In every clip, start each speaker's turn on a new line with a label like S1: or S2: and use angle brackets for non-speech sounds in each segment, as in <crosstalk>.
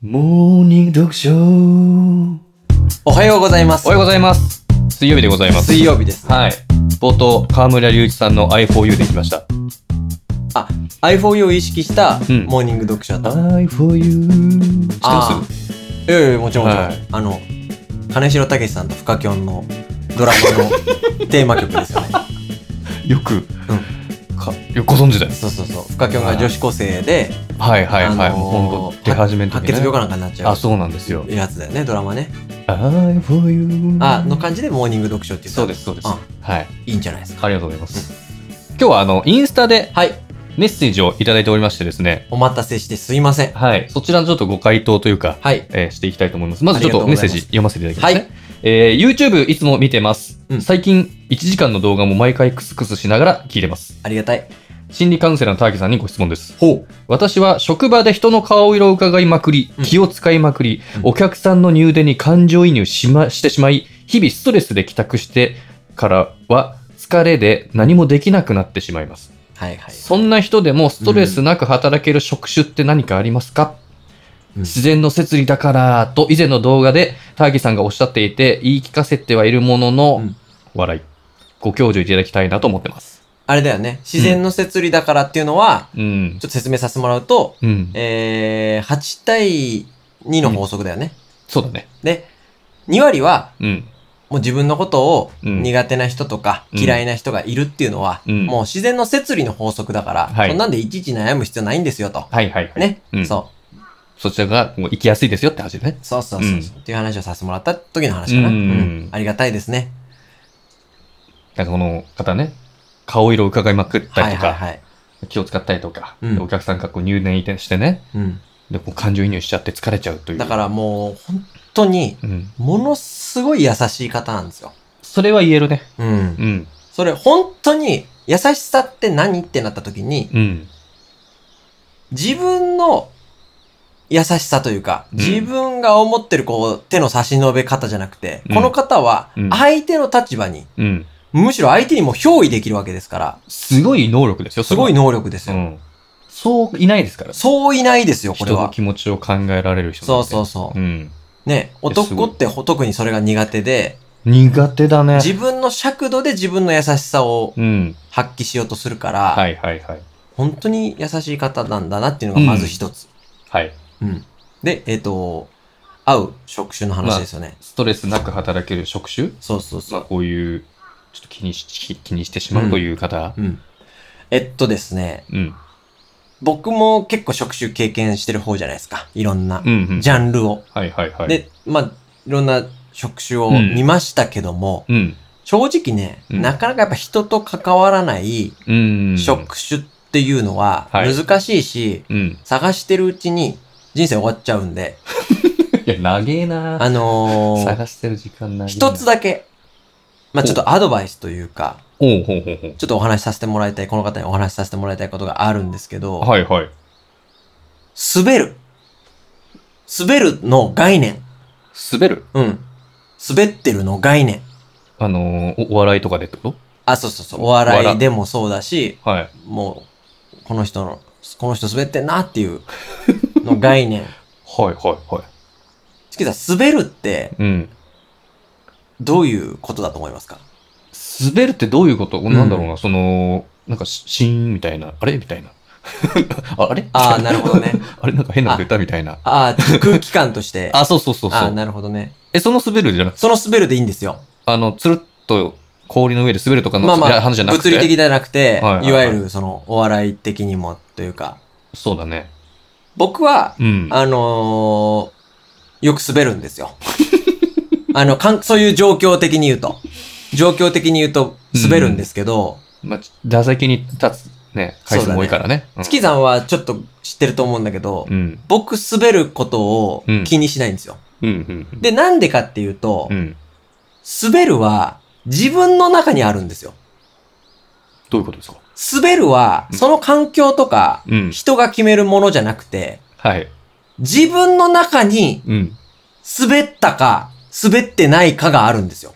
S1: モーニング読書
S2: おはようございます
S3: おはようございます。水曜日でございます。
S2: 水曜日です
S3: はい。冒頭、河村隆一さんの i4u できました。
S2: あ i4u を意識した
S3: うん
S2: モーニング読書だったの、
S1: I for you
S2: あーいやいやもちろんもちろん、
S3: はい
S2: あの金城武さんとフカキョンのドラ
S3: <laughs>
S2: マのテーマ曲ですよね
S3: よく、かよくご存知だよ。
S2: そうそうそうフカキョンが女子高生で、
S3: はいはいはい。
S2: あのー
S3: もうほんと、出始めの時
S2: 白
S3: ね
S2: 血病かなんかになっちゃ
S3: あ、
S2: う
S3: そうなんですよ。
S2: やつだよねドラマね
S1: I for you
S2: あの感じでモーニング読書っていう
S3: そうです、そうです。
S2: あ
S3: はい。
S2: いいんじゃないですか
S3: ありがとうございます。今日は、あの、インスタで
S2: はい
S3: メッセージをいただいておりましてですね。
S2: お待たせしてすいません
S3: はい。そちらのちょっとご回答というか、
S2: はい
S3: えーしていきたいと思います。まずちょっ
S2: あ
S3: と
S2: り
S3: メッ
S2: がとうご
S3: セー
S2: ざいます
S3: ジ読ませていただきま
S2: は
S3: すね。
S2: い
S3: えー YouTube いつも見てます。
S2: うん
S3: 最近1時間の動画も毎回クスクスしながら聞いてます。
S2: ありがたい
S3: 心理カウンセラーのターキさんにご質問です。
S2: ほ
S3: 私は職場で人の顔色を伺いまくり
S2: う、ん
S3: 気を使いまくり、
S2: うん
S3: お客さんの入電に感情移入し,、ま、してしまい、日々ストレスで帰宅してからは疲れで何もできなくなってしまいます。
S2: はいはい
S3: そんな人でもストレスなく働ける職種って何かありますか、
S2: うん
S3: 自然の摂理だからと以前の動画でターギさんがおっしゃっていて言い聞かせてはいるものの、
S2: うん
S3: 笑い。ご教授いただきたいなと思ってます。
S2: あれだよね自然の摂理だからっていうのは、
S3: うん
S2: ち。ょっと説明させてもらうと
S3: うん。
S2: えー、8対2の法則だよね。
S3: そうだね。
S2: で、2割は、
S3: うん。
S2: もう自分のことを
S3: うん
S2: 苦手な人とか
S3: うん
S2: 嫌いな人がいるっていうのは、
S3: うん
S2: もう自然の摂理の法則だから、
S3: はい
S2: そんなんでいちいち悩む必要ないんですよと。
S3: はいはいはい。
S2: ね、
S3: うん
S2: そ
S3: そちらがもう行きやすいですよって話ね
S2: う。。そうそうそうそう、っていう話をさせてもらった時の話かな。
S3: うん
S2: うんありがたいですね。
S3: なんかこの方ね、顔色を伺いまくった
S2: は
S3: り
S2: い
S3: と
S2: はい
S3: か、
S2: はい。
S3: 気を使ったりとか、
S2: うん
S3: でお客さんがこう入念してね、
S2: うん、
S3: でこう感情移入しちゃって疲れちゃうという。
S2: だからもう、本当に、
S3: うん。
S2: ものすごい優しい方なんですよ。
S3: それは言えるね。
S2: うん。
S3: うん。
S2: それ、本当に、優しさって何ってなった時に、
S3: うん。
S2: 自分の優しさというか、
S3: うん
S2: 自分が思ってるこう、手の差し伸べ方じゃなくて、
S3: うん
S2: この方は
S3: うん、
S2: 相手の立場に、
S3: うん。
S2: むしろ相手にも憑依できるわけですから、
S3: すごい能力ですよ、
S2: すごい
S3: 能
S2: 能力ですよ。
S3: うん。そういないですから。
S2: そういないですよ、これ
S3: 人の
S2: は。
S3: 気持ちを考えられる人
S2: そうそううそ
S3: うん。
S2: う。ね、
S3: すご
S2: 男
S3: い
S2: ってほ特にそれが苦手で、
S3: 苦手だね。
S2: 自分の尺度で自分の優しさを
S3: うん。
S2: 発揮しようとするか
S3: は
S2: ら、
S3: いはいはい。
S2: 本当に優しい方なんだなっていうのがまず一つ。
S3: はい。
S2: うん。で、えっと、合う職種の話ですよね。
S3: ストレスなく働ける職種
S2: そうそうそう
S3: まあ。こういう、ちょっと気にし、気気にしてしまうという方。
S2: うん。えっとですね、
S3: うん。
S2: 僕も結構職種経験してる方じゃないですか。いろんな
S3: う、ん、うん。
S2: ジャンルを。
S3: はいはいはい。、
S2: で、まあ、いろんな職種を
S3: うん
S2: 見ましたけども、
S3: うん。
S2: 正直ね、
S3: うん
S2: なかなかやっぱ人と関わらない
S3: うん。
S2: 職種っていうのは
S3: はい
S2: 難しいし、
S3: うん。
S2: 探してるうちに人生終わっちゃうんで、
S3: いや、長えな
S2: あのー、
S3: 探してる時間長い。
S2: 一つ
S3: だ。
S2: だけ、まあちょっとアドバイスというか、
S3: おうほうほうほう
S2: ちょっとお話しさせてもらいたい、この方にお話しさせてもらいたいことがあるんですけど、。
S3: はいはい。
S2: 滑る。滑るの概念。
S3: 滑る
S2: うん。滑ってるの概念。
S3: あのー、おお笑いとかでってこ
S2: あ、そうそうそう。お
S3: わ
S2: 笑
S3: ら
S2: いでもそうだし、
S3: とはい。
S2: もう、この人の、この人滑ってんなっ
S3: <laughs>
S2: ていうの概念。
S3: はいはいは
S2: チキさん、滑るって
S3: い。うん。
S2: どういうことだと思いますか
S3: 滑るってどういうこと、
S2: ん
S3: なんだろうな、その、なんかし、シーンみたいな、あれみたいな。 <laughs> ああれ
S2: ああ、なるほどね。
S3: <laughs> あれなんか変なこと言ったみたいな。
S2: <laughs> ああ、空気感として。
S3: あ、そうそうそうそ
S2: ああ、
S3: う。
S2: なるほどね。
S3: え、その滑るじゃなくて、
S2: その滑るでいいんですよ。
S3: あの、つるっと氷の上で滑るとかの、
S2: まあま
S3: いや
S2: あ、
S3: 話じゃなくて。
S2: 物理的じゃなく
S3: は
S2: て、
S3: いはいはい
S2: いわゆるその、お笑い的にもというか。
S3: そうだね。
S2: 僕は、
S3: うん。
S2: あのー、よく滑るんですよ。 <laughs> あの、かん、そういう状況的に言うと。状況的に言うと滑るんですけど、
S3: まあ、座席に立つね、回数も多いからね。うん
S2: 月さんはちょっと知ってると思うんだけど、
S3: うん。
S2: 僕滑ることを
S3: うん
S2: 気にしないんですよ。
S3: うん。うん。
S2: で、なんでかっていうと、
S3: うん。
S2: 滑るは自分の中にあるんですよ。
S3: どういうことですか
S2: 滑るは、
S3: うん
S2: その環境とか、
S3: うん。
S2: 人が決めるものじゃなくて、
S3: はい。
S2: 自分の中に
S3: うん。
S2: 滑ったか、滑ってないかがあるんですよ。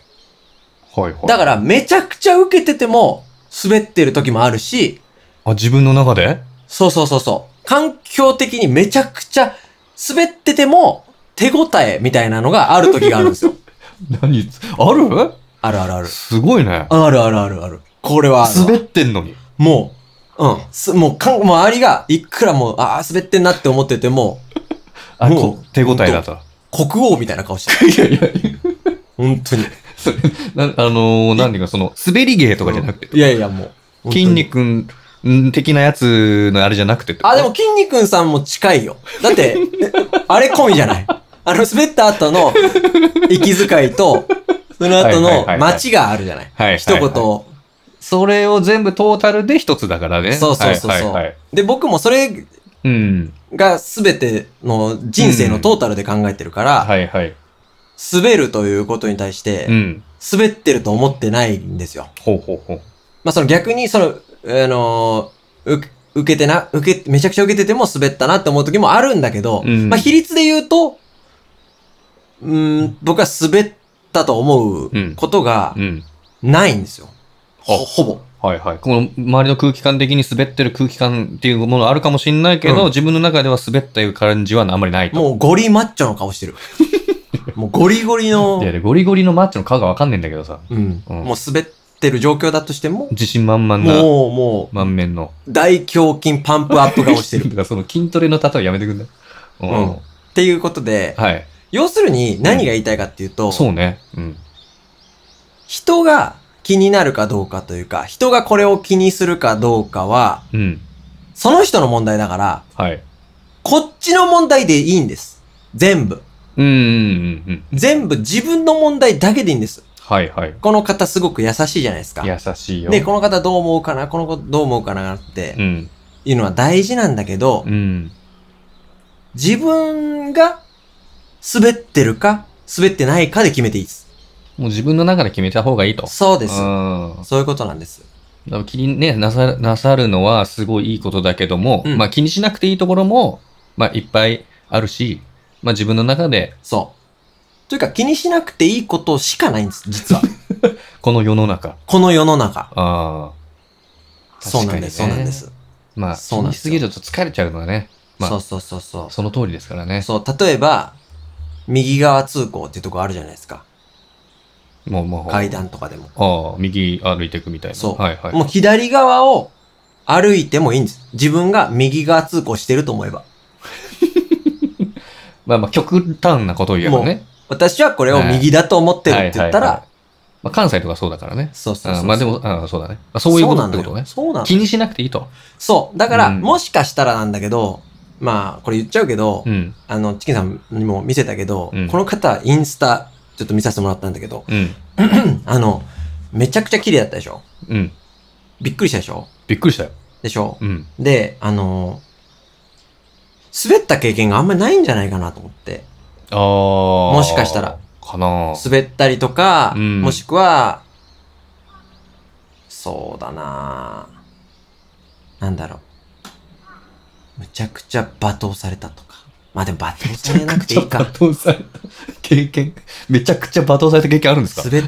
S3: はいはい。
S2: だから、、めちゃくちゃ受けてても、滑ってる時もあるし、
S3: あ、自分の中で <laughs>
S2: そうそうそうそう。環境的にめちゃくちゃ滑ってても、手応えみたいなのがある時があるん
S3: <laughs>
S2: ですよ。
S3: 何ある
S2: あるあるある。
S3: すごいね。
S2: あるあるあるある。これはあるわ
S3: 滑ってんのに。
S2: もう、うん。すもうかん、周りが、いくらもう、ああ、滑ってんなって思ってても、
S3: あ、
S2: もう
S3: こ手応えだと。
S2: 国王みたいな顔してる。
S3: <laughs> いやいや、
S2: 本当に。
S3: それ、なあのー、なんていうか、その、滑り芸とかじゃなくて、
S2: いやいや、もう。
S3: 筋肉ん的なやつのあれじゃなくて。
S2: あ、でも、筋肉さんも近いよ。だ
S3: <laughs>
S2: って、あれ込みじゃない。あの、滑った後の、息遣いと、その後
S3: はいはいはい
S2: の
S3: はい、
S2: 待ちがあるじゃない。
S3: はい、はい。
S2: 一言
S3: はい。
S2: を。
S3: それを全部トータルで一つだからね。
S2: そうそうそうそう
S3: はいはいはい
S2: で、僕もそれ
S3: うん。
S2: が全ての人生のトータルで考えてるから、
S3: はいはい。
S2: 滑るということに対して
S3: う、ん。
S2: 滑ってると思ってないんですよ。
S3: ほうほうほう。
S2: まあ、その逆に、その、あのー、う受けてな、受け、めちゃくちゃ受けてても滑ったなって思う時もあるんだけど、
S3: うん
S2: まあ、比率で言うと、うーん、僕は滑ったと思うことが
S3: うん。
S2: ないんですよ。
S3: あ
S2: ほほぼ。
S3: はいはい。この周りの空気感的に滑ってる空気感っていうものあるかもしれないけど、
S2: うん
S3: 自分の中では滑ったいう感じはあんまりないと。
S2: もうゴリマッチョの顔し
S3: <laughs>
S2: てる。もうゴリゴリの
S3: いや、、でゴリゴリのマッチの顔がわかんねえんだけどさ。
S2: うん、
S3: うん
S2: もう滑ってる状況だとしても、
S3: 自信満々な
S2: もう、もう、
S3: 満面の。
S2: 大胸筋パンプアップ顔して
S3: だ
S2: る。
S3: か
S2: <laughs>
S3: らその筋トレの例えやめてくんないうん
S2: っていうことで、
S3: はい。
S2: 要するに何が言いたいかっていうと、
S3: そうね。うん。
S2: 人が気になるかどうかというか、人がこれを気にするかどうかは、
S3: うん。
S2: その人の問題だから、
S3: はい。
S2: こっちの問題でいいんです。全部。
S3: うんうんうんうん。
S2: 全部自分の問題だけでいいんです。
S3: はいはい。
S2: この方すごく優しいじゃないですか。
S3: 優しいよ。
S2: で、この方どう思うかな、この子どう思うかなって
S3: うん。
S2: いうのは大事なんだけど
S3: う、ん。
S2: 自分が滑ってるか、滑ってないかで決めていいです。
S3: もう自分の中で決めた方がいいと。
S2: そうです
S3: う。ん。
S2: そういうことなんです。
S3: だから気に、ね、なさなさるのはすごいいいことだけども、
S2: うん
S3: まあ気にしなくていいところも、まあいっぱいあるし、まあ自分の中で
S2: そう。というか気にしなくていいことしかないんです、実は。
S3: この世の中、
S2: この世の中。
S3: ああ、
S2: そうなんです、そ
S3: 確か
S2: うなん
S3: にね
S2: です。
S3: まあ気
S2: そうなん
S3: に
S2: で
S3: し
S2: す
S3: す
S2: よ
S3: ぎると疲れちゃうのはね、まあ
S2: そうそうそうそ
S3: その通りですから
S2: う。
S3: ね。
S2: そう、例えば、右側通行っていうとこあるじゃないですか。
S3: もう、もう、
S2: 階段とかでも。
S3: ああ、右歩いていくみたいな。
S2: そう
S3: はいはい。
S2: もう左側を歩いてもいいんです。自分が右側通行してると思えば。
S3: まあまあ極端なことを言えばね。
S2: 私はこれを右だと思ってるって言った
S3: はいはいは
S2: ら
S3: い、まあ関西とかそうだからね。
S2: そうそう
S3: あ
S2: そ
S3: あ
S2: う。
S3: まあでも、ああそうだね。まあそういうことってことね。
S2: そうなのよ。そうなの
S3: 気にしなくていいと。
S2: そう。だから、
S3: うん
S2: もしかしたらなんだけど、まあ、これ言っちゃうけど、
S3: うん。
S2: あの、チキンさんにも見せたけど、
S3: うん
S2: この方、インスタ、ちょっと見させてもらったんだけど、
S3: うん。
S2: あの、めちゃくちゃ綺麗だったでしょ
S3: うん。
S2: びっくりしたでしょ
S3: びっくりしたよ。
S2: でしょ
S3: うん。
S2: で、あの、滑った経験があんまりないんじゃないかなと思って。
S3: ああ。も
S2: もしかしたら。
S3: かな
S2: 滑ったりとか、
S3: うん
S2: もしくは、そうだなぁなんだろう。むちゃくちゃ罵倒されたとか。まあでも罵倒されなくていい
S3: 罵
S2: か。
S3: 倒された経験、めちゃくちゃ罵倒された経験あるんですか
S2: 滑っ、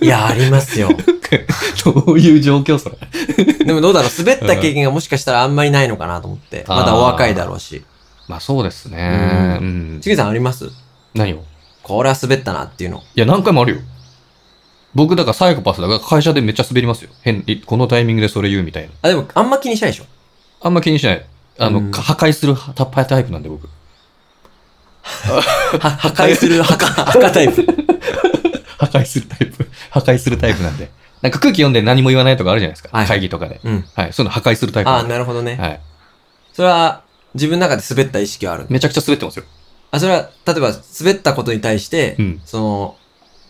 S2: いや、ありますよ。
S3: どういう状況それ。
S2: でもどうだろう、滑った経験がもしかしたらあんまりないのかなと思って。
S3: あー
S2: まだお若いだろうし。
S3: まあそうですね。う
S2: うんち。げさんあります
S3: 何をい
S2: これは滑ったなっていうの。
S3: や、何回もあるよ。僕、だからサイコパスだから会社でめっちゃ滑りますよ。変、いこのタイミングでそれ言うみたいな。
S2: あ、でもあんま気にしないでしょ。
S3: あんま気にしない。あの、
S2: うん
S3: か破壊するタッパータイプなんで僕。
S2: は破壊する破壊、破壊タイプ。
S3: 破壊するタイプ。 <laughs> 破壊するタイプなんで。なんか空気読んで何も言わないとかあるじゃないですか。
S2: はい
S3: 会議とかで。
S2: うん。
S3: はい。そういうの破壊するタイプ
S2: あ
S3: な
S2: あ、
S3: んで。
S2: なるほどね。
S3: はい。
S2: それは、自分の中で滑った意識はある。
S3: めちゃくちゃ滑ってますよ。
S2: あ、それは、例えば、滑ったことに対して、
S3: うん。
S2: その、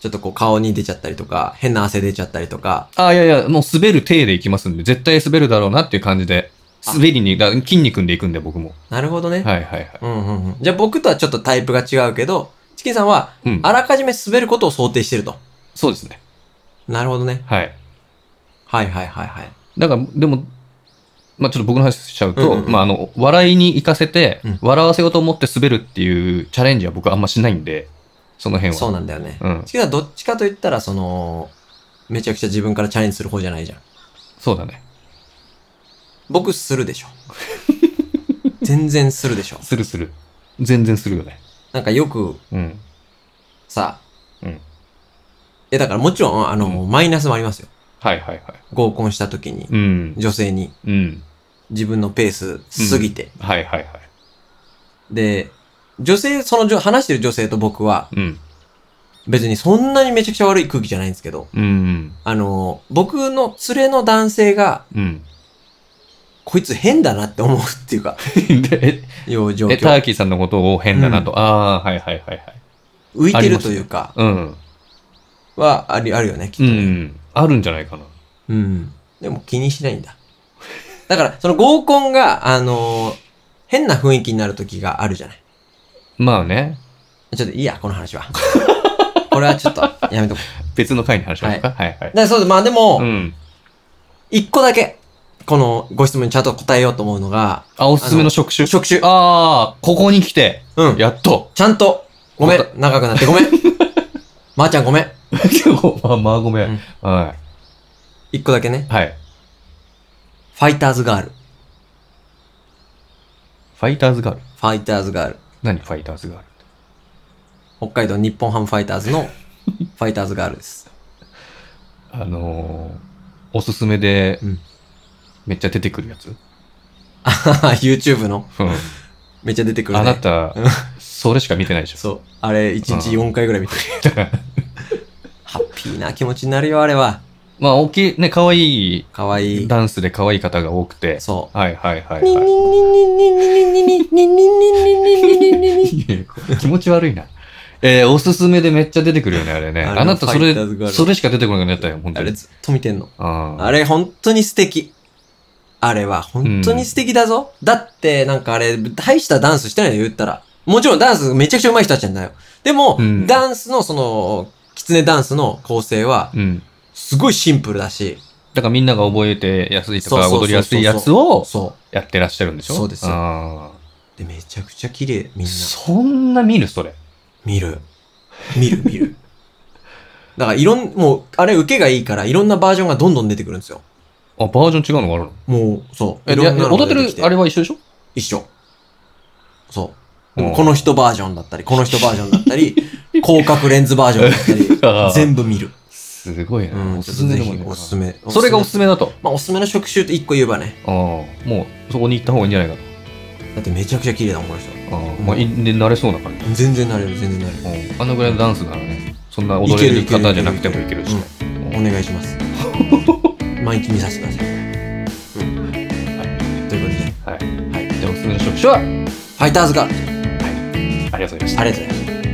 S2: ちょっとこう顔に出ちゃったりとか、変な汗出ちゃったりとか、
S3: あ、いやいや、もう滑る体でいきますんで、絶対滑るだろうなっていう感じで、
S2: あ
S3: 滑りに、だ筋肉んでいくんで、僕も。
S2: なるほどね。
S3: はいはいはい。
S2: うんうんうん。じゃあ僕とはちょっとタイプが違うけど、チキンさんは、
S3: うん。
S2: あらかじめ滑ることを想定してると。
S3: そうですね。
S2: なるほどね。
S3: はい。
S2: はいはいはいはい。
S3: だから、でも、まあちょっと僕の話しちゃうと、
S2: うんうんうん
S3: まああの、笑いに行かせて、
S2: うん
S3: 笑わせようと思って滑るっていうチャレンジは僕あんましないんで、その辺は。
S2: そうなんだよね。
S3: うん。
S2: チキンさんどっちかと言ったら、その、めちゃくちゃ自分からチャレンジする方じゃないじゃん。
S3: そうだね。 <laughs>
S2: 僕するでしょ。全然するでしょ。
S3: するする。全然するよね。
S2: なんかよく
S3: うん。
S2: さ、
S3: うん
S2: え、だからもちろん、あの、
S3: う
S2: マイナスもありますよ。
S3: はいはいはい。
S2: 合コンした時に、
S3: うん。
S2: 女性に
S3: うん。
S2: 自分のペース過ぎて。
S3: はいはいはい。
S2: で、女性、その女話してる女性と僕は、
S3: うん。
S2: 別にそんなにめちゃくちゃ悪い空気じゃないんですけど、
S3: うん。
S2: あの、僕の連れの男性が、
S3: うん。 <laughs>
S2: こいつ変だなって思うっていうか、
S3: で、
S2: いう状
S3: え、タ
S2: 況。
S3: ーキーさんのことを変だなと。ああー、はいはいはいはい。
S2: 浮いてるというか、
S3: うん。
S2: はあり、あるよね、きっと
S3: う
S2: ね。
S3: ん。あるんじゃないかな。
S2: うん。でも気にしないんだ。だから、その合コンが、あのー変な雰囲気になる時があるじゃない。
S3: まあね。
S2: ちょっといいや、この話は。 <laughs> これはちょっと、やめとこう。
S3: 別の回に話しますか。はいはい。
S2: だそうで、まあで
S3: う
S2: も、
S3: ん。
S2: 一、個だけ、このご質問にちゃんと答えようと思うのが、
S3: あ、おすすめの職種。
S2: 職種。
S3: ああ、ここに来て、
S2: うん。
S3: やっ <laughs> と。
S2: ちゃんと、ごめん
S3: ま。
S2: 長くなってご
S3: <laughs>
S2: めん。まーちゃんごめん。
S3: まあまあごめ
S2: うん
S3: ん。は
S2: 一個だけね
S3: い。。はい。
S2: ファイターズガール。フ
S3: ファイターズガール。
S2: ァイターズガール。
S3: 何ファイターズガールって
S2: 北海道日本ハムファイター
S3: <laughs>
S2: ズのファイターズガールです。 <laughs>
S3: あのー、おすすめで
S2: うん、
S3: めっちゃ出てくるやつ。
S2: あはは YouTube の
S3: うん。
S2: めっちゃ出てくる、ね。
S3: あなた
S2: うん、
S3: それしか見てないでしょ。
S2: そう。あれ、1日4回ぐらい見てる。ハッピーな気持ちになるよ、あれは。
S3: <laughs> まあ、大きい、ね、可愛い、
S2: かわいい。
S3: ダンスで可愛い方が多くて。
S2: そ
S3: はいはいは
S2: う。
S3: いは
S2: あ
S3: いいや。気持ち悪いな。えー、おすすめでめっちゃ出てくるよね、あれね。
S2: あれ
S3: あなたそれ
S2: ファイターズガー、ル
S3: それしか出てこなくなったよ、本当
S2: れ
S3: に。
S2: ずっと見てんの。
S3: あ
S2: あれ、本当に素敵。あれは、本当に素敵だぞ。だって、なんかあれ、大したダンスしてないよ、言ったら。もちろんダンスめちゃくちゃ上手い人たちなんだよ。でも、
S3: うん
S2: ダンスの、その、キツネダンスの構成は
S3: あ。、うん。
S2: すごいシンプルだし、
S3: だからみんなが覚えてやすいと
S2: そう
S3: か
S2: そうそうそ
S3: 踊
S2: う
S3: りやすいやつを
S2: そ
S3: やってらっしゃるんでしょ
S2: そうですよ
S3: あ
S2: う。で、めちゃくちゃ綺麗、
S3: ー
S2: みんな。
S3: そんな見るそれ。
S2: 見る。見る、見る。だから、いろん、もう、あれ、受けがいいから、いろんなバージョンがどんどん出てくるんですよ。
S3: あ、バージョン違うのがあるの
S2: もう、そう。
S3: え、
S2: い
S3: で
S2: ろんなの
S3: 踊
S2: が
S3: って
S2: 出てきて
S3: るあれは一緒でしょ
S2: 一緒。そう。で
S3: う
S2: も、
S3: ん
S2: この人バージョンだったり、この人バージョンだっ
S3: <laughs>
S2: たり、広角レンズバージョンだったり、 <laughs>
S3: あー
S2: 全部見る。
S3: すごいね。
S2: うん、
S3: おす
S2: ちょっ
S3: す
S2: と
S3: め
S2: ぜ
S3: のもん
S2: ひ
S3: ね、
S2: おすすめ。
S3: それがおす
S2: め。
S3: すめだと。
S2: まあ、おすすめの職種って一個言えばね。
S3: ああ、もうそこに行った方がいいんじゃないかと。
S2: だってめちゃくちゃ綺麗だもん、この人。
S3: あーまあ、いで慣れそうな感じ。
S2: 全然なれる、全然なれる。
S3: うんあのぐらいのダンスならね、そんな踊れる方じゃなくてもいけるし。
S2: うんお願いし
S3: <laughs>
S2: ます。毎日見させてください。うん。はい。ということで、
S3: はい。はい。じゃあおすすめの職種は、はい。
S2: ファイターズが
S3: ありがとうございました。
S2: ありがとうございます。